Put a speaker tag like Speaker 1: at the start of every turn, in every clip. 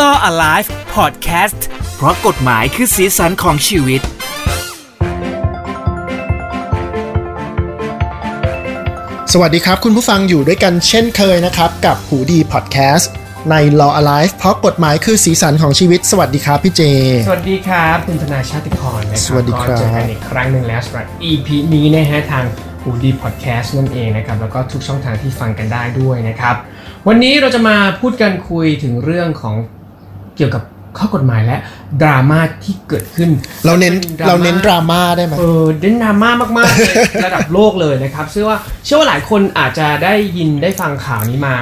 Speaker 1: Law Alive Podcast เพราะกฎหมายคือสีสันของชีวิต
Speaker 2: สวัสดีครับ คุณผู้ฟังอยู่ด้วยกันเช่นเคยนะครับ กับหูดีพอดแคสต์ใน Law Alive เพราะกฎหมายคือสีสันของชีวิต สวัสดีครับพี่เจ
Speaker 3: สวัสดีครับ คุณธนาชาติพรนะครั
Speaker 2: สวัสดีครับ
Speaker 3: ก็เจอกันอีกครั้งหนึ่งแล้วสำหรับ EP นี้นะฮะทางหูดีพอดแคสต์นั่นเองนะครับ แล้วก็ทุกช่องทางที่ฟังกันได้ด้วยนะครับ วันนี้เราจะมาพูดกันคุยถึงเรื่องของเกี่ยวกับข้อกฎหมายและดราม่าที่เกิดขึ้น
Speaker 2: เราเน้นเราเน้นดราม่าได้ไหม
Speaker 3: เออเด่นดราม่ามากๆเลย ระดับโลกเลยนะครับเชื่อว่าเชื่อว่าหลายคนอาจจะได้ยินได้ฟังข่าวนี้มา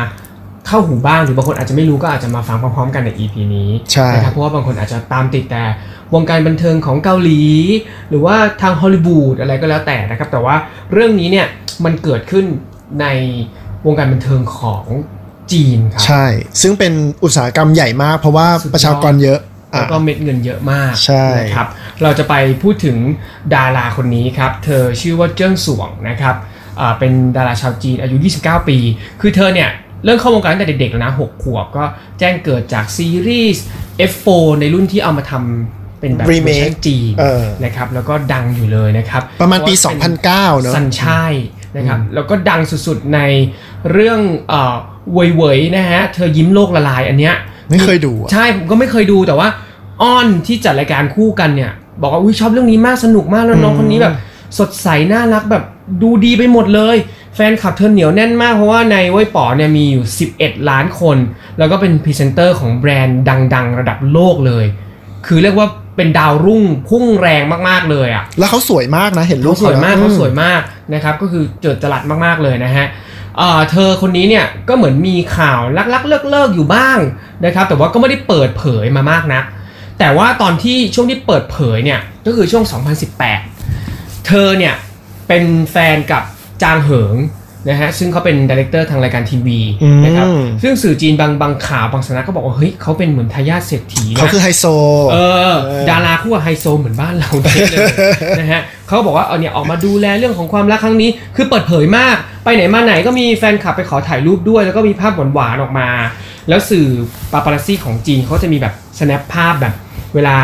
Speaker 3: เข้าหูบ้างหรือบางคนอาจจะไม่รู้ก็อาจจะมาฟังพร้อมๆกันใน EP นี้
Speaker 2: ใช่
Speaker 3: นะครับเพราะว่าบางคนอาจจะตามติดแต่วงการบันเทิงของเกาหลี หรือว่าทางฮอลลีวูดอะไรก็แล้วแต่นะครับ แต่ว่าเรื่องนี้เนี่ยมันเกิดขึ้นในวงการบันเทิงของจีนครั
Speaker 2: ใช่ ซึ่งเป็นอุตสาหกรรมใหญ่มากเพราะว่า
Speaker 3: สุดยอด
Speaker 2: ประชากรเยอะ
Speaker 3: แล้
Speaker 2: อ่ะ
Speaker 3: วก็เม็ดเงินเยอะมาก
Speaker 2: ใช่
Speaker 3: นะครับ เราจะไปพูดถึงดาราคนนี้ครับ เธอชื่อว่าเจิ้งสวงนะครับอ่าเป็นดาราชาวจีนอายุ 29 ปี คือเธอเนี่ย เริ่มเข้าวงการตั้งแต่เด็กๆแล้วนะ 6 ขวบก็แจ้งเกิดจากซีรีส์ F4 ในรุ่นที่เอามาทำเป็นแบบ
Speaker 2: Remake
Speaker 3: เวอร์ชันจีน
Speaker 2: เออ
Speaker 3: นะครับ แล้วก็ดังอยู่เลยนะครับ
Speaker 2: ประมาณปี
Speaker 3: เพว่เ
Speaker 2: 2009เนอะ
Speaker 3: สัญชัยนะครับ แล้วก็ดังสุดๆในเรื่องเอ่อเว่ยเวยๆนะฮะ เธอยิ้มโลกละลายอันเนี้ย
Speaker 2: ไม่เคยดูอ่ะ
Speaker 3: ใช่ผมก็ไม่เคยดูแต่ว่าอ้อนที่จัดรายการคู่กันเนี่ย บอกว่าอุ้ยชอบเรื่องนี้มากสนุกมากแล้วน้อง
Speaker 2: อืม
Speaker 3: คนนี้แบบ สดใสน่ารักแบบดูดีไปหมดเลย แฟนคลับเธอเหนียวแน่นมากเพราะว่าในเว้ยป๋อเนี่ยมีอยู่ 11 ล้านคน แล้วก็เป็นพรีเซนเตอร์ของแบรนด์ดัง ๆ ระดับโลกเลย คือเรียกว่าเป็นดาวรุ่งพุ่งแรงมากๆเลยอ่ะ
Speaker 2: แล้วเขาสวยมากนะ เห็นรู
Speaker 3: เขา
Speaker 2: ป
Speaker 3: สวยมาก
Speaker 2: แล้
Speaker 3: เขาสวยมากนะครับก็คือเจิดจรัสมากๆเลยนะฮะเอ่อเธอคนนี้เนี่ยก็เหมือนมีข่าวลักๆ เลิกๆอยู่บ้างนะครับแต่ว่าก็ไม่ได้เปิดเผยมามากนะัก แต่ว่าตอนที่ช่วงที่เปิดเผยเนี่ยก็คือช่วง 2018 เธอเนี่ยเป็นแฟนกับจางเหิงนะฮะซึ่งเขาเป็นดีเลกเตอร์ทางรายการทีวี
Speaker 2: อืม
Speaker 3: นะครับซึ่งสื่อจีนบางบางข่าวบางสำนักก็บอกว่าเฮ้ยเขาเป็นเหมือนทายาทเศรษฐีนะ
Speaker 2: เขาคือไฮโซ
Speaker 3: เออ
Speaker 2: เออ
Speaker 3: ดาราคู่กับไฮโซเหมือนบ้านเราเด้เลยนะฮะ เขาบอกว่าเอาเนี่ยออกมาดูแลเรื่องของความรักครั้งนี้ คือเปิดเผยมาก ไปไหนมาไหนก็มีแฟนคลับไปขอถ่ายรูปด้วย แล้วก็มีภาพหวานๆออกมา แล้วสื่อปาปารัสซี่ของจีนเขาจะมีแบบ snap ภาพแบบ เวลา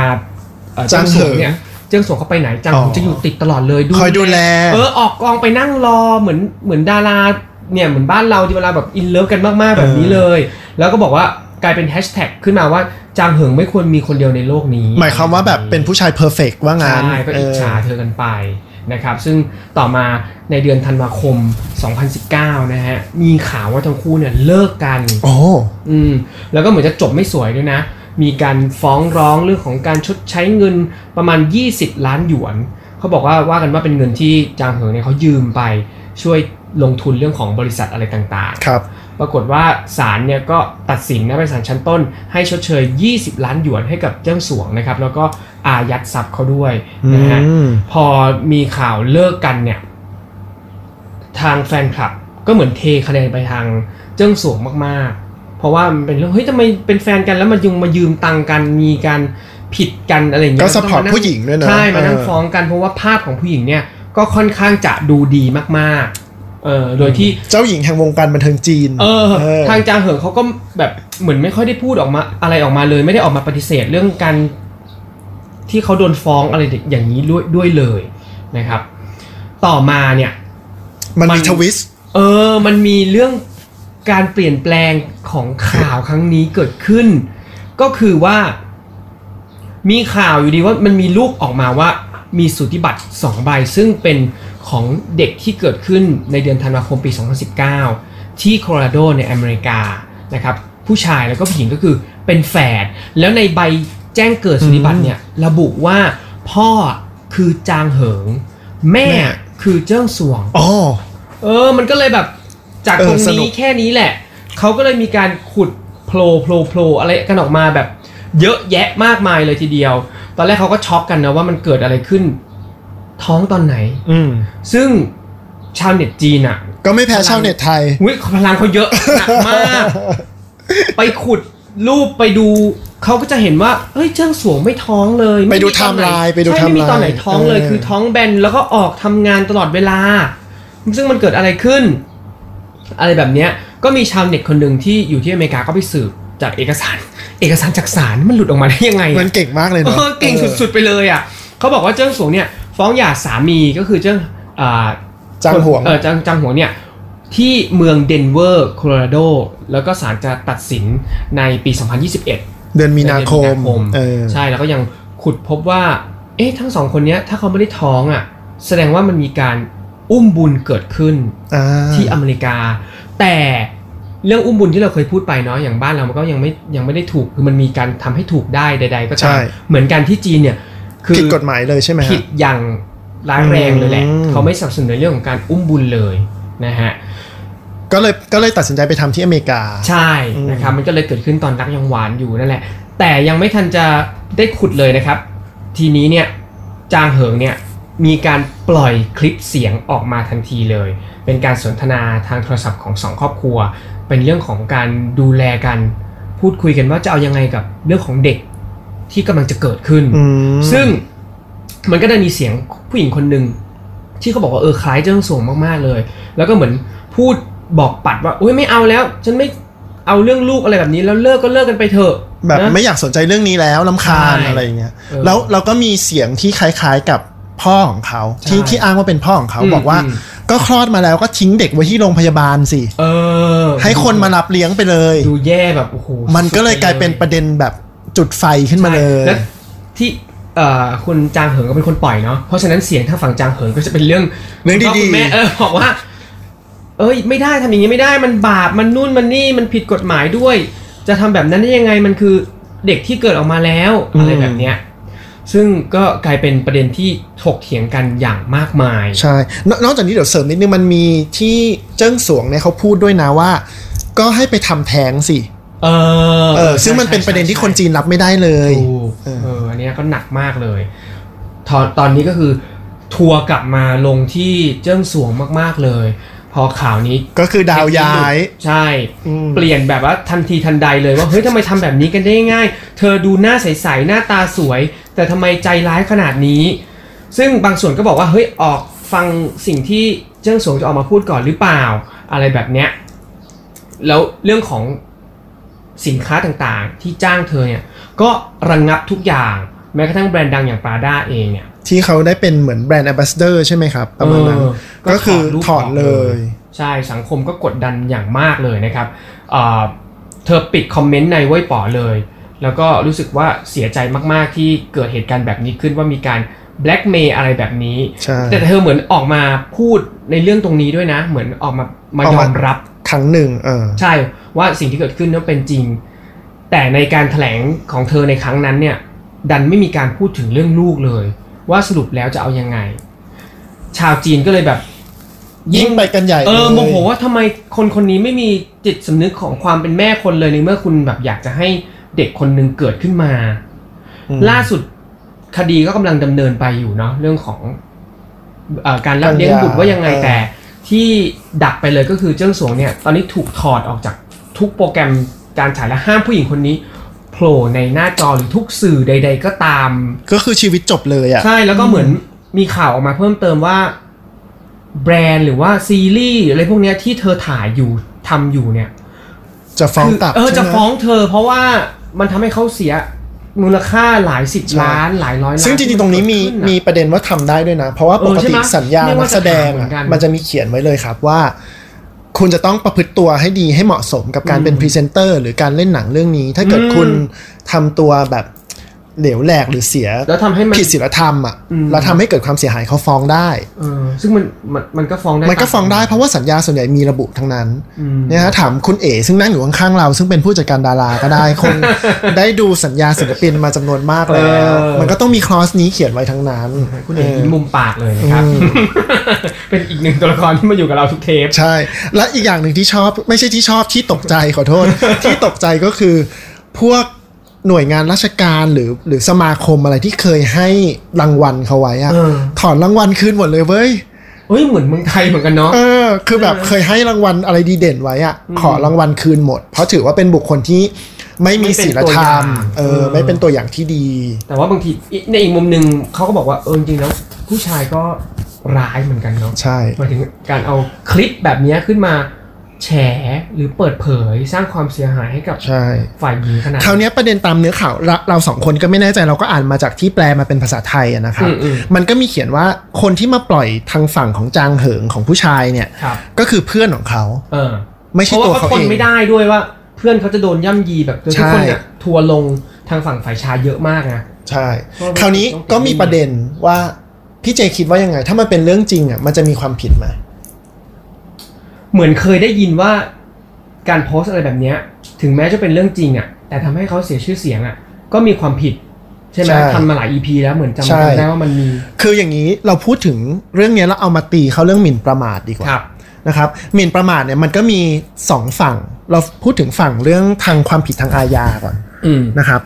Speaker 3: อ่อ
Speaker 2: จางเหิง
Speaker 3: เนี่ยเจ้าสวงเขาไปไหนจาง
Speaker 2: อ๋
Speaker 3: เหิ
Speaker 2: อ
Speaker 3: งจะอยู่ติดตลอดเลย
Speaker 2: คอยดูแล
Speaker 3: เออออกกองไปนั่งรอเหมือนเหมือนดาราเนี่ยเหมือนบ้านเราที่เวลาแบบอินเลิฟกันมากๆแบบนี้เลย แล้วก็บอกว่ากลายเป็นแฮชแท็กขึ้นมาว่าจางเหิงไม่ควรมีคนเดียวในโลกนี้
Speaker 2: หมายความว่าแบบเป็นผู้ชายเพอร์เฟกว่า
Speaker 3: ใช
Speaker 2: งาน่
Speaker 3: ก็
Speaker 2: เอ
Speaker 3: อิจ
Speaker 2: อ
Speaker 3: ฉาเธอกันไปนะครับ ซึ่งต่อมาในเดือนธันวาคม 2019 นะฮะ มีข่าวว่าทั้งคู่เนี่ยเลิกกัน
Speaker 2: โอ้
Speaker 3: อืมแล้วก็เหมือนจะจบไม่สวยด้วยนะ มีการฟ้องร้องเรื่องของการชดใช้เงินประมาณ 20 ล้านหยวน เขาบอกว่าว่ากันว่าเป็นเงินที่จางเหิงเนี่ยเขายืมไปช่วยลงทุนเรื่องของบริษัทอะไรต่าง
Speaker 2: ครับ
Speaker 3: ๆ ปรากฏว่าศาลเนี่ยก็ตัดสินนะเป็นศาลชั้นต้น ให้ชดเชย 20 ล้านหยวนให้กับเจ้าสวงนะครับ แล้วก็อายัดทรัพย์เขาด้วย
Speaker 2: อื
Speaker 3: นะฮะ
Speaker 2: ม
Speaker 3: พอมีข่าวเลิกกันเนี่ย ทางแฟนคลับก็เหมือนเทคะแนนไปทางเจิ้งสวงมากๆ เพราะว่ามันเป็นเรื่องเฮ้ยทำไมเป็นแฟนกันแล้วมายุงมายืมตังค์กันมีการผิดกันอะไรอย่างเงี้ย
Speaker 2: ก็ support
Speaker 3: ต้องมานั่
Speaker 2: ผู้หญิงด้วยนะ
Speaker 3: ใช่มานั่ง
Speaker 2: เออ
Speaker 3: ฟ้องกันเพราะว่าภาพของผู้หญิงเนี่ยก็ค่อนข้างจะดูดีมากๆเออโดยที่
Speaker 2: เจ้าหญิงแห่งวงการบันเทิงจีน
Speaker 3: เออ
Speaker 2: เออ
Speaker 3: ทางจางเหิงเขาก็แบบเหมือนไม่ค่อยได้พูดออกมาอะไรออกมาเลย ไม่ได้ออกมาปฏิเสธเรื่องการที่เขาโดนฟ้องอะไรอย่างนี้ด้วยด้วยเลยนะครับ ต่อมาเนี่ย
Speaker 2: มันมี
Speaker 3: มัน
Speaker 2: ทวิสต์
Speaker 3: เออมันมีเรื่องการเปลี่ยนแปลงของข่าวครั้งนี้เกิดขึ้น ก็คือว่า มีข่าวอยู่ดีว่ามันมีลูกออกมาว่ามีสุติบัตร2ใบซึ่งเป็นของเด็กที่เกิดขึ้นในเดือนธันวาคมปี 2019 ที่โคโลราโดในอเมริกานะครับผู้ชายแล้วก็ผู้หญิงก็คือเป็นแฝดแล้วในใบแจ้งเกิดสุติบัตรเนี่ยระบุว่าพ่อคือจางเหิง แม่
Speaker 2: แม่
Speaker 3: คือเจิ้งสวง
Speaker 2: อ๋อ
Speaker 3: เออ มันก็เลยแบบจาก
Speaker 2: เออ
Speaker 3: ตรง
Speaker 2: สนุ
Speaker 3: นี้
Speaker 2: ก
Speaker 3: แค่นี้แหละ เขาก็เลยมีการขุดโผล่โผล่โผล่อะไรกันออกมาแบบ เยอะแยะมากมายเลยทีเดียว ตอนแรกเขาก็ช็อกกันนะว่ามันเกิดอะไรขึ้น ท้องตอนไหน
Speaker 2: อืม
Speaker 3: ซึ่งชาวเน็ตจีนอ่ะ
Speaker 2: ก็ไม่แพ้ชาวเน็ตไทย
Speaker 3: วิพลังเขาเยอะหนักมาก ไปขุดรูปไปดู เขาก็จะเห็นว่าเฮ้ยเจ้าสวงไม่ท้องเลย
Speaker 2: ไปดู
Speaker 3: ตอนหน
Speaker 2: timeline ไปดู
Speaker 3: ใช่ไม่มี
Speaker 2: timeline
Speaker 3: ตอนไหนท้องเลย
Speaker 2: เออ
Speaker 3: คือท้องแบนแล้วก็ออกทำงานตลอดเวลา ซึ่งมันเกิดอะไรขึ้น อะไรแบบเนี้ยก็มีชาวเน็ตคนหนึ่งที่อยู่ที่อเมริกาก็ไปสืบ จากเอกสาร เอกสารจากศาลมันหลุดออกมาได้ยังไงอะ
Speaker 2: มันเก่งมากเลยเนาะ
Speaker 3: เออเก่งสุดๆไปเลยอ่ะเขาบอกว่าเจิ้งสวงเนี่ยฟ้องหย่าสามีก็คือเจิ้งอ่า
Speaker 2: ๆจังหวง
Speaker 3: เออจางจางหวงเนี่ยที่เมืองเดนเวอร์โคโลราโด แล้วก็ศาลจะตัดสินในปี 2021
Speaker 2: เดือนมีนาคม
Speaker 3: เดือนมีนาคม
Speaker 2: เออ
Speaker 3: ใช่แล้วก็ยังขุดพบว่า เอ๊ะทั้งสองคนเนี้ยถ้าเขาไม่ได้ท้องอ่ะแสดงว่ามันมีการอุ้มบุญเกิดขึ้น
Speaker 2: อ่า
Speaker 3: ที่อเมริกา แต่เรื่องอุ้มบุญที่เราเคยพูดไปเนาะอย่างบ้านเรามันก็ยังไม่ยังไม่ได้ถูกคือมันมีการทำให้ถูกได้ใด ๆ ก็ตามเหมือนกันที่จีนเนี่ยคือ
Speaker 2: ผิดกฎหมายเลยใช่ไหม
Speaker 3: ผิ
Speaker 2: ฮะ
Speaker 3: ดอย่างร้ายแรงเลยแหละ
Speaker 2: อืม
Speaker 3: เขาไม่สนับสนุนในเรื่องของการอุ้มบุญเลยนะฮะ
Speaker 2: ก็เลยก็เลยตัดสินใจไปทำที่อเมริกา
Speaker 3: ใช่
Speaker 2: อืม
Speaker 3: นะครับมันก็เลยเกิดขึ้นตอนรักยังหวานอยู่นั่นแหละ แต่ยังไม่ทันจะได้ขุดเลยนะครับ ทีนี้เนี่ยจางเหิงเนี่ยมีการปล่อยคลิปเสียงออกมาทันทีเลย เป็นการสนทนาทางโทรศัพท์ของสองครอบครัว เป็นเรื่องของการดูแลกันพูดคุยกันว่าจะเอายังไงกับเรื่องของเด็กที่กำลังจะเกิดขึ้น
Speaker 2: อืม
Speaker 3: ซึ่งมันก็ได้มีเสียงผู้หญิงคนหนึ่งที่เขาบอกว่าเออคล้ายเจ้าสวงมากๆเลย แล้วก็เหมือนพูดบอกปัดว่าโอ้ยไม่เอาแล้ว ฉันไม่เอาเรื่องลูกอะไรแบบนี้แล้วเลิกก็เลิกกันไปเถอะ
Speaker 2: แบบ
Speaker 3: นะ
Speaker 2: ไม่อยากสนใจเรื่องนี้แล้วลำคาญ
Speaker 3: ใช่
Speaker 2: อะไรอย่างเงี้ย
Speaker 3: เออ
Speaker 2: แล้วเราก็มีเสียงที่คล้าย ๆกับพ่อของเขา
Speaker 3: ใช่
Speaker 2: ที่ที่อ้างว่าเป็นพ่อของเขา
Speaker 3: อืม
Speaker 2: บอกว่า
Speaker 3: อืม
Speaker 2: ก็คลอดมาแล้วก็ทิ้งเด็กไว้ที่โรงพยาบาลสิ
Speaker 3: เออ
Speaker 2: ให้คนมารับเลี้ยงไปเลย
Speaker 3: ดูแย่แบบโอ้โห
Speaker 2: มันก็เลยกลายเป็นประเด็นแบบจุดไฟขึ้นมาเลย
Speaker 3: ใช่และที่เอ่อคุณจางเหิงก็เป็นคนปล่อยเนาะเพราะฉะนั้นเสียงทางฝั่งจางเหิงก็จะเป็นเรื่อง
Speaker 2: เรื่อง
Speaker 3: คุณพ่
Speaker 2: ดีๆ
Speaker 3: คุณแม่เออบอกว่า เอ้ยไม่ได้ทำอย่างนี้ไม่ได้มันบาปมันนู่นมันนี่มันผิดกฎหมายด้วย จะทำแบบนั้นได้ยังไงมันคือเด็กที่เกิดออกมาแล้วอะไรแบบเนี้ยซึ่งก็กลายเป็นประเด็นที่ถกเถียงกันอย่างมากมาย
Speaker 2: ใช่นนอกจากนี้เดี๋ยวเสริมนิดนึงมันมีที่เจิ้งสวงเนี่ยเขาพูดด้วยนะว่า ก็ให้ไปทำแท้งสิ
Speaker 3: เออ
Speaker 2: เออ ซึ่งมัน
Speaker 3: ใช่
Speaker 2: เป็นประเด็น
Speaker 3: ใช่
Speaker 2: ที่
Speaker 3: ใช่
Speaker 2: คนจีนรับไม่ได้เลย
Speaker 3: ถูก
Speaker 2: เออ
Speaker 3: เอออันเนี้ยก็หนักมากเลยตอนตอนนี้ก็คือ ทัวร์กลับมาลงที่เจิ้งสวงมากๆเลย พอข่าวนี้
Speaker 2: ก็คือดาวย้าย
Speaker 3: ใช่
Speaker 2: อืม
Speaker 3: เปลี่ยนแบบว่าทันทีทันใดเลยว่า เฮ้ยทำไมทำแบบนี้กันได้ง่าย เธอดูหน้าใส ๆ หน้าตาสวย แต่ทำไมใจร้ายขนาดนี้ ซึ่งบางส่วนก็บอกว่า เฮ้ย ออกฟังสิ่งที่เจิ้งสวงจะออกมาพูดก่อนหรือเปล่า อะไรแบบเนี้ย แล้วเรื่องของสินค้าต่างๆ ที่จ้างเธอเนี่ย ก็ระงงับทุกอย่าง แม้กระทั่งแบรนด์ดังอย่างปาด้าเองเนี่ย
Speaker 2: ที่เขาได้เป็นเหมือนแบรนด์ a อ b a s สเดอร์ใช่ไหมครับประมาณนั้น
Speaker 3: เออก็
Speaker 2: ก็คือ
Speaker 3: ถอดรูป
Speaker 2: ถอด
Speaker 3: ออก
Speaker 2: เล
Speaker 3: เลย ย ใช่สังคมก็กดดันอย่างมากเลยนะครับเอ่อเธอปิดคอมเมนต์ในเว้ยป๋อเลย แล้วก็รู้สึกว่าเสียใจมากๆที่เกิดเหตุการณ์แบบนี้ขึ้นว่ามีการแบล็กเมย์อะไรแบบนี้
Speaker 2: ใช่
Speaker 3: แต่เธอเหมือนออกมาพูดในเรื่องตรงนี้ด้วยนะ เหมือนออกมามายอมรับ
Speaker 2: ครั้งหนึ่งเออ
Speaker 3: ใช่ว่าสิ่งที่เกิดขึ้นนั้นเป็นจริง แต่ในการแถลงของเธอในครั้งนั้นเนี่ย ดันไม่มีการพูดถึงเรื่องลูกเลย ว่าสรุปแล้วจะเอายังไง ชาวจีนก็เลยแบบ
Speaker 2: ยิ่งไปกันใหญ่
Speaker 3: เออ
Speaker 2: ลย
Speaker 3: โมโหว่าทำไมคนคนนี้ไม่มีจิตสำนึกของความเป็นแม่คนเลยในเมื่อคุณแบบอยากจะให้เด็กคนหนึ่งเกิดขึ้นมา
Speaker 2: อืม
Speaker 3: ล่าสุดคดีก็กำลังดำเนินไปอยู่เนาะเรื่องของเออการรับ
Speaker 2: การหย่า
Speaker 3: เลี้ยงบุตรว่ายังไง
Speaker 2: เออ
Speaker 3: แต่ที่ดักไปเลยก็คือเจิ้งสวงเนี่ย ตอนนี้ถูกถอดออกจากทุกโปรแกรมการฉายและห้ามผู้หญิงคนนี้โผล่ในหน้าจอหรือทุกสื่อใด ๆ ก็ตาม
Speaker 2: ก็คือชีวิตจบเลยอ่ะ
Speaker 3: ใช่แล้วก็เหมือนมีข่าวออกมาเพิ่มเติมว่า แบรนด์หรือว่าซีรีส์หรืออะไรพวกเนี้ยที่เธอถ่ายอยู่ทำอยู่เนี่ย
Speaker 2: จะฟ้อง
Speaker 3: คื
Speaker 2: กลับ
Speaker 3: เออ
Speaker 2: ใช่
Speaker 3: จะ
Speaker 2: ไหม
Speaker 3: ฟ้องเธอ เพราะว่ามันทำให้เขาเสียมูลค่าหลายสิบ
Speaker 2: ใช่
Speaker 3: ล้านหลายร้อยล้าน
Speaker 2: ซึ่งจริงๆตรงนี้มี
Speaker 3: ที่เกิดขึ้อะ
Speaker 2: มีประเด็นว่าทำได้ด้วยนะ เพราะว่า
Speaker 3: เออ
Speaker 2: ปกติ
Speaker 3: ใช่ไหม
Speaker 2: สัญญา
Speaker 3: เรียก
Speaker 2: นั
Speaker 3: ว่าก
Speaker 2: แสดง
Speaker 3: จะถามเหมือ
Speaker 2: อะ
Speaker 3: นกัน
Speaker 2: มันจะมีเขียนไว้เลยครับว่า คุณจะต้องประพฤติตัวให้ดีให้เหมาะสมกับการเป็น
Speaker 3: อืม
Speaker 2: พรีเซนเตอร์หรือการเล่นหนังเรื่องนี้ ถ้าเกิดคุณ
Speaker 3: อืม
Speaker 2: ทำตัวแบบเหลวแหลกหรือเสีย
Speaker 3: แล้วทำให้มัน
Speaker 2: ผิดศีลธรรมอ่ะ
Speaker 3: อืม
Speaker 2: แล้วทำให้เกิดความเสียหายเขาฟ้องได้
Speaker 3: เออซึ่งมันมันมันก็ฟ้องได้
Speaker 2: มันก็ฟ้องได้เพราะว่าสัญญาส่วนใหญ่มีระบุทั้งนั้น
Speaker 3: อืม
Speaker 2: เนี่ยฮะถามคุณเอ๋ซึ่งนั่งอยู่ข้างๆเรา ซึ่งเป็นผู้จัดการดาราก็ได้ ค งได้ดูสัญญาศิลปินมาจำนวนมากแล้ว
Speaker 3: เออ
Speaker 2: มันก็ต้องมีคลอสนี้เขียนไว้ทั้งนั้น
Speaker 3: คุณเห็นยิ้มมุมปากเลยนะครับ
Speaker 2: อืม
Speaker 3: เป็นอีกหนึ่งตัวละครที่มาอยู่กับเราทุกเทป
Speaker 2: ใช่ และอีกอย่างหนึ่งที่ชอบไม่ใช่ที่ชอบที่ตกใจขอ โทษ ที่ตกใจก็คือ พวกหน่วยงานราชการหรือหรือสมาคมอะไรที่เคยให้รางวัลเขาไว้อะ
Speaker 3: เออ
Speaker 2: ถอนรางวัลคืนหมดเลยเว้ย
Speaker 3: เอ้ยเหมือนเมืองไทยเหมือนกันเนาะ
Speaker 2: เออ คือแบบเคยให้รางวัลอะไรดีเด่นไว้อะขอรางวัลคืนหมด เพราะถือว่าเป็นบุคคลที่ไม่มีศีลธรรม
Speaker 3: ไม่เป็นตัวอย่าง
Speaker 2: เออ
Speaker 3: เออ
Speaker 2: ไม่เป็นตัวอย่างที่ดี
Speaker 3: แต่ว่าบางทีในอีกมุมหนึ่งเขาก็บอกว่าเออจริงๆแล้วผู้ชายก็ร้ายเหมือนกันเนาะ
Speaker 2: ใช่
Speaker 3: หมายถึงการเอาคลิปแบบเนี้ยขึ้นมา แฉหรือเปิดเผยสร้างความเสียหายให้กับ
Speaker 2: ใช่
Speaker 3: ฝ่ายหญิงขนาด
Speaker 2: คราวเนี้ยประเด็นตามเนื้อข่าวเราเราสองคนก็ไม่แน่ใจเราก็อ่านมาจากที่แปลมาเป็นภาษาไทยอะนะครับ
Speaker 3: อืมอืม
Speaker 2: มันก็มีเขียนว่าคนที่มาปล่อยทางฝั่งของจางเหิงของผู้ชายเนี่ย
Speaker 3: ครับ
Speaker 2: ก็คือเพื่อนของเขา
Speaker 3: เออ
Speaker 2: ไม่ใช่
Speaker 3: เพราะ
Speaker 2: ตัว
Speaker 3: ว่าเขา
Speaker 2: เขา
Speaker 3: ท
Speaker 2: เอน ง
Speaker 3: ไม่ได้ด้วยว่า เพื่อนเขาจะโดนย่ำยีแบบทุก
Speaker 2: ใช่
Speaker 3: คนเนี่ยทัวร์ลงทางฝั่งฝ่ายชายเยอะมากนะ
Speaker 2: ใช่ คราวนี้ก็มีประเด็นว่าพี่เจคิดว่ายังไง ถ้ามันเป็นเรื่องจริงอ่ะมันจะมีความผิดไหม
Speaker 3: เหมือนเคยได้ยินว่าการโพสต์อะไรแบบเนี้ย ถึงแม้จะเป็นเรื่องจริงอะ่ะ แต่ทำให้เขาเสียชื่อเสียงอะ่ะ ก็มีความผิด ใช่ไหมทำมาหลาย EP แล้วเหมือนจำกันได้ว่ามันมี
Speaker 2: คืออย่างนี้เราพูดถึงเรื่องเนี้ยแล้วเอามาตีเขาเรื่องหมิ่นประมาทดีกว่า
Speaker 3: ครับ
Speaker 2: นะครับหมิ่นประมาทเนี่ยมันก็มีสองฝั่ง เราพูดถึงฝั่งเรื่องทางความผิดทางอาญาก่อน
Speaker 3: อืม
Speaker 2: นะครับ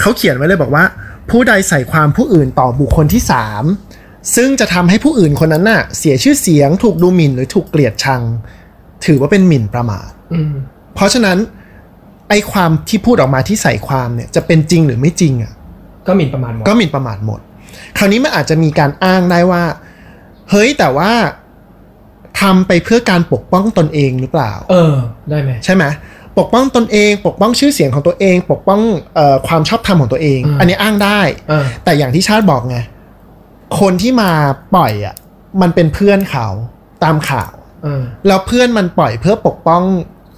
Speaker 2: เขาเขียนไว้เลยบอกว่า ผู้ใดใส่ความผู้อื่นต่อบุคคลที่สามซึ่งจะทำให้ผู้อื่นคนนั้นน่ะเสียชื่อเสียง ถูกดูหมิ่นหรือถูกเกลียดชัง ถือว่าเป็นหมิ่นประมาท
Speaker 3: อืม
Speaker 2: เพราะฉะนั้นไอ้ความที่พูดออกมาที่ใส่ความเนี่ยจะเป็นจริงหรือไม่จริงอ่ะ
Speaker 3: ก็หมิ่นประมาณหมด
Speaker 2: ก็หมิ่นประมาทหมด คราวนี้มันอาจจะมีการอ้างได้ว่า เฮ้ยแต่ว่าทำไปเพื่อการปกป้องตนเองหรือเปล่า
Speaker 3: เออ ได้ไหม
Speaker 2: ใช่ไหมปกป้องตนเอง ปกป้องชื่อเสียงของตัวเอง ปกป้องเออความชอบธรรมของตัวเอง
Speaker 3: อืม
Speaker 2: อันนี้อ้างได้
Speaker 3: เออ
Speaker 2: แต่อย่างที่ชาติบอกไง คนที่มาปล่อยอ่ะมันเป็นเพื่อนเขาตามข่าว
Speaker 3: เออ
Speaker 2: แล้วเพื่อนมันปล่อยเพื่อปกป้อง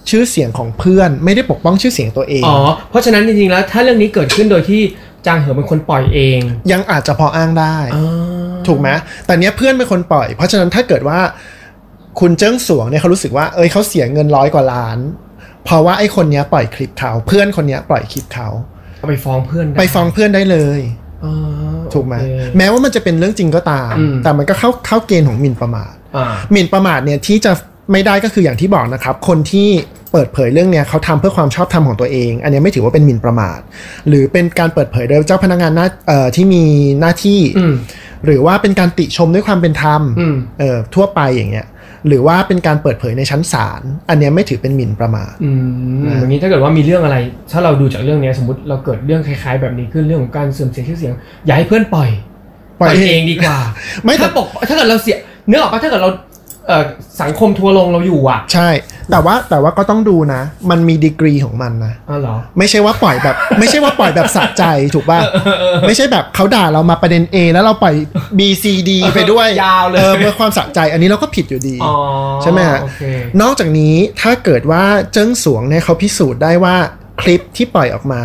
Speaker 2: ชื่อเสียงของเพื่อน ไม่ได้ปกป้องชื่อเสียงตัวเอง
Speaker 3: อ๋อ เพราะฉะนั้นจริงๆแล้ว ถ้าเรื่องนี้เกิดขึ้นโดยที่จางเหิอเป็นคนปล่อยเอง
Speaker 2: ยังอาจจะพออ้างได้
Speaker 3: อ๋อ
Speaker 2: ถูกไหมแต่เนี้ยเพื่อนเป็นคนปล่อย เพราะฉะนั้นถ้าเกิดว่าคุณเจิ้งสวงเนี่ยเขารู้สึกว่า เอ้ยเขาเสียเงินร้อยกว่าล้าน เพราะว่าไอ้คนเนี้ยปล่อยคลิปเขา เพื่อนคนเนี้ยปล่อยคลิปเขา
Speaker 3: เอาไปฟ้องเพื่อนด้
Speaker 2: ไปฟ้องเพื่อนได้เลย
Speaker 3: อ๋อ
Speaker 2: ถูกไหม
Speaker 3: โอเค
Speaker 2: แม้ว่ามันจะเป็นเรื่องจริงก็ตาม
Speaker 3: อืม
Speaker 2: แต่มันก็เข้าเข้าเกณฑ์ของหมิ่นประมาท
Speaker 3: อ่า
Speaker 2: หมิ่นประมาทเนี่ยที่จะไม่ได้ก็คืออย่างที่บอกนะครับ คนที่เปิดเผยเรื่องเนี่ยเขาทำเพื่อความชอบธรรมของตัวเอง อันเนี้ยไม่ถือว่าเป็นหมิ่นประมาท หรือเป็นการเปิดเผยโดยเจ้าพนักงานหน้าเอ่อที่มีหน้าที่
Speaker 3: อืม
Speaker 2: หรือว่าเป็นการติชมด้วยความเป็นธรรม
Speaker 3: อืม
Speaker 2: เอ่อทั่วไปอย่างเงี้ยหรือว่าเป็นการเปิดเผยในชั้นศาลอันเนี้ยไม่ถือเป็นหมิ่นประมาท
Speaker 3: อืม
Speaker 2: นะ
Speaker 3: อย่างนี้ถ้าเกิดว่ามีเรื่องอะไร ถ้าเราดูจากเรื่องเนี้ยสมมติเราเกิดเรื่องคล้ายๆ แบบนี้ขึ้นเรื่องของการเสื่อมเสียชื่อเสียง อย่าให้เพื่อนปล่อย
Speaker 2: ปล่อย
Speaker 3: เอ
Speaker 2: เอง
Speaker 3: งดีกว่า
Speaker 2: ไม่แต่
Speaker 3: ถ้าปกถ้าเกิดเราเสียเนื้อออกปะถ้าเกิดเราเอ่อสังคมทัวร์ลงเราอยู่อ่ะ
Speaker 2: ใช่ แต่ว่าแต่ว่าก็ต้องดูนะ มันมีดีกรีของมันนะ
Speaker 3: อ้าวเหรอ
Speaker 2: ไม่ใช่ว่าปล่อยแบบ ไม่ใช่ว่าปล่อยแบบสะใจถูกป่ะไม่ใช่แบบเขาด่าเรามาประเด็น A แล้วเราปล่อย B C D ไปด้วย
Speaker 3: ยาวเลย
Speaker 2: ออเพื่อความสะใจอันนี้เราก็ผิดอยู่ดี
Speaker 3: อ๋อ
Speaker 2: ใช่ไหมฮะ
Speaker 3: โอเคน
Speaker 2: อกจากนี้ถ้าเกิดว่าเจิ้งสวงเนี่ยเขาพิสูจน์ได้ว่าคลิปที่ปล่อยออกมา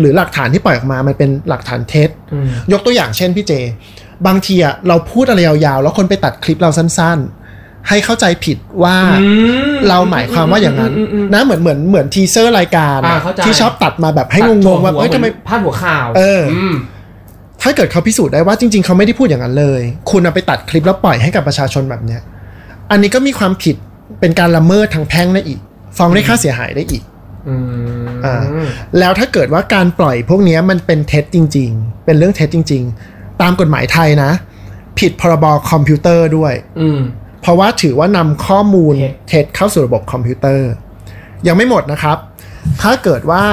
Speaker 2: หรือหลักฐานที่ปล่อยออกมามันเป็นหลักฐานเท็จ
Speaker 3: อืม
Speaker 2: ยกตัวอย่างเช่นพี่เจ บางทีอะเราพูดอะไรยาวๆ แล้วคนไปตัดคลิปเราสั้นๆ ให้เข้าใจผิดว่า
Speaker 3: อืม
Speaker 2: เราหมายความว่าอย่างนั้นนะเหมือนเหมือนเหมือนทีเซอร์รายการ
Speaker 3: อ่า
Speaker 2: อะ
Speaker 3: เข้าใจ
Speaker 2: ที่ชอบตัดมาแบบให้งงๆว่าเอ้ยทำไม
Speaker 3: พาดหัวข่าว
Speaker 2: เอออื
Speaker 3: ม
Speaker 2: ถ้าเกิดเขาพิสูจน์ได้ว่าจริงๆ เขาไม่ได้พูดอย่างนั้นเลย คุณเอาไปตัดคลิปแล้วปล่อยให้กับประชาชนแบบเนี้ยอันนี้ก็มีความผิดเป็นการละเมิดทางแพ่งได้อีกฟ้องได้ค่าเสียหายได้อีก
Speaker 3: อืม
Speaker 2: อ่า แล้วถ้าเกิดว่าการปล่อยพวกเนี้ยมันเป็นเท็จจริง ๆ เป็นเรื่องเท็จจริง ๆ ตามกฎหมายไทยนะ ผิดพรบคอมพิวเตอร์ด้วย
Speaker 3: อืม
Speaker 2: เพราะว่าถือว่านำข้อมูล
Speaker 3: เท็จ
Speaker 2: เท็จเข้าสู่ระบบคอมพิวเตอร์ ยังไม่หมดนะครับ ถ้าเกิดว่า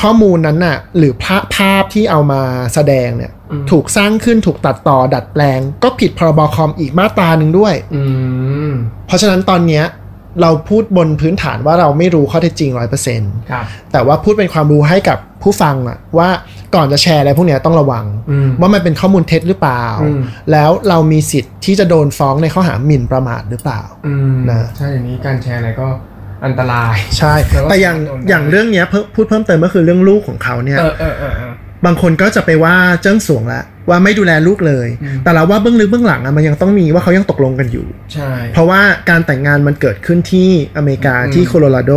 Speaker 2: ข้อมูลนั้นน่ะหรือภาพภาพที่เอามาแสดงเนี่ยถูกสร้างขึ้นถูกตัดต่อดัดแปลง ก็ผิดพรบคอมอีกมาตราหนึ่งด้วย
Speaker 3: อืม
Speaker 2: เพราะฉะนั้นตอนเนี้ยเราพูดบนพื้นฐานว่าเราไม่รู้ข้อเท็จจริงร้อยเปอร์เซ็นต์
Speaker 3: ครับ
Speaker 2: แต่ว่าพูดเป็นความรู้ให้กับผู้ฟังอะว่าก่อนจะแชร์อะไรพวกเนี้ยต้องระวัง
Speaker 3: อืม
Speaker 2: ว่ามันเป็นข้อมูลเท็จหรือเปล่า
Speaker 3: อืม
Speaker 2: แล้วเรามีสิทธิ์ที่จะโดนฟ้องในข้อหาหมิ่นประมาทหรือเปล่า
Speaker 3: อืม
Speaker 2: นะ
Speaker 3: ใช่อย่างนี้การแชร์อะไรก็อันตราย
Speaker 2: ใช่
Speaker 3: แต่ว่า
Speaker 2: แต่อย่าง
Speaker 3: โดนได้
Speaker 2: อย่างเรื่องเนี้ยเพิ่มพูดเพิ่มเติมก็คือเรื่องลูกของเขาเนี่ย
Speaker 3: เออเออเออเออ
Speaker 2: บางคนก็จะไปว่าเจิ้งสวงละว่าไม่ดูแลลูกเลย
Speaker 3: อืม
Speaker 2: แต่เราว่าเบื้องลึกเบื้องหลังอะมันยังต้องมีว่าเขายังตกลงกันอยู่
Speaker 3: ใช่
Speaker 2: เพราะว่าการแต่งงานมันเกิดขึ้นที่อเมริกา
Speaker 3: อืม
Speaker 2: ที่โคโลราโด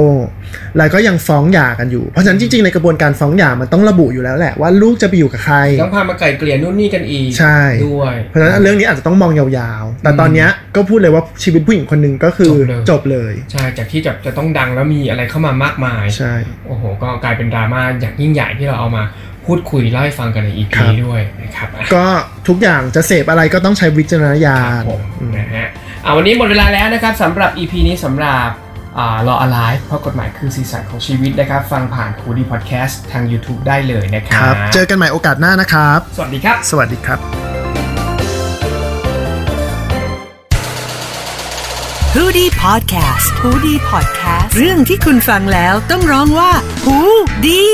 Speaker 2: แล้วก็ยังฟ้องหย่ากันอยู่ เพราะฉะนั้นจริงๆในกระบวนการฟ้องหย่ามันต้องระบุอยู่แล้วแหละว่าลูกจะไปอยู่กับใคร
Speaker 3: ต้องพามาไก่เกลี่ยนู่นนี่กันอีก
Speaker 2: ใช่
Speaker 3: ด้วย
Speaker 2: เพราะฉะนั้นเรื่องนี้อาจจะต้องมองยาวๆ แต่ตอนเนี้ยก็พูดเลยว่าชีวิตผู้หญิงคนหนึ่งก็คือจบเลย
Speaker 3: ใช่จากที่จะจะต้องดังแล้วมีอะไรเข้ามามากมาย
Speaker 2: ใช่
Speaker 3: โอ้โห ก็กลายเป็นดราม่าอย่างยิ่งใหญ่ที่เราเอามาพูดคุยเล่าให้ฟังกันในอี
Speaker 2: ครั
Speaker 3: พี
Speaker 2: บ
Speaker 3: ด้วยนะครับอ่ะ
Speaker 2: ก็ทุกอย่างจะเสพอะไรก็ต้องใช้วิจารณญาณ
Speaker 3: ผมนะฮะอ่าวันนี้หมดเวลาแล้วนะครับสำหรับ EP นี้สำหรับอ่า Law Alive เพราะกฎหมายคือสีสันของชีวิตนะครับ ฟังผ่านคูดีพอดแคสต์ทาง YouTube ได้เลยนะ
Speaker 2: ค
Speaker 3: ครั
Speaker 2: รับ บ เจอกันใหม่โอกาสหน้านะครับ
Speaker 3: สวัสดีครับ
Speaker 2: สวัสดีครับ
Speaker 4: h o ดี้พอดแคสต์ฮูดี้พอดแคสต์เรื่องที่คุณฟังแล้วต้องร้องว่าฮูดี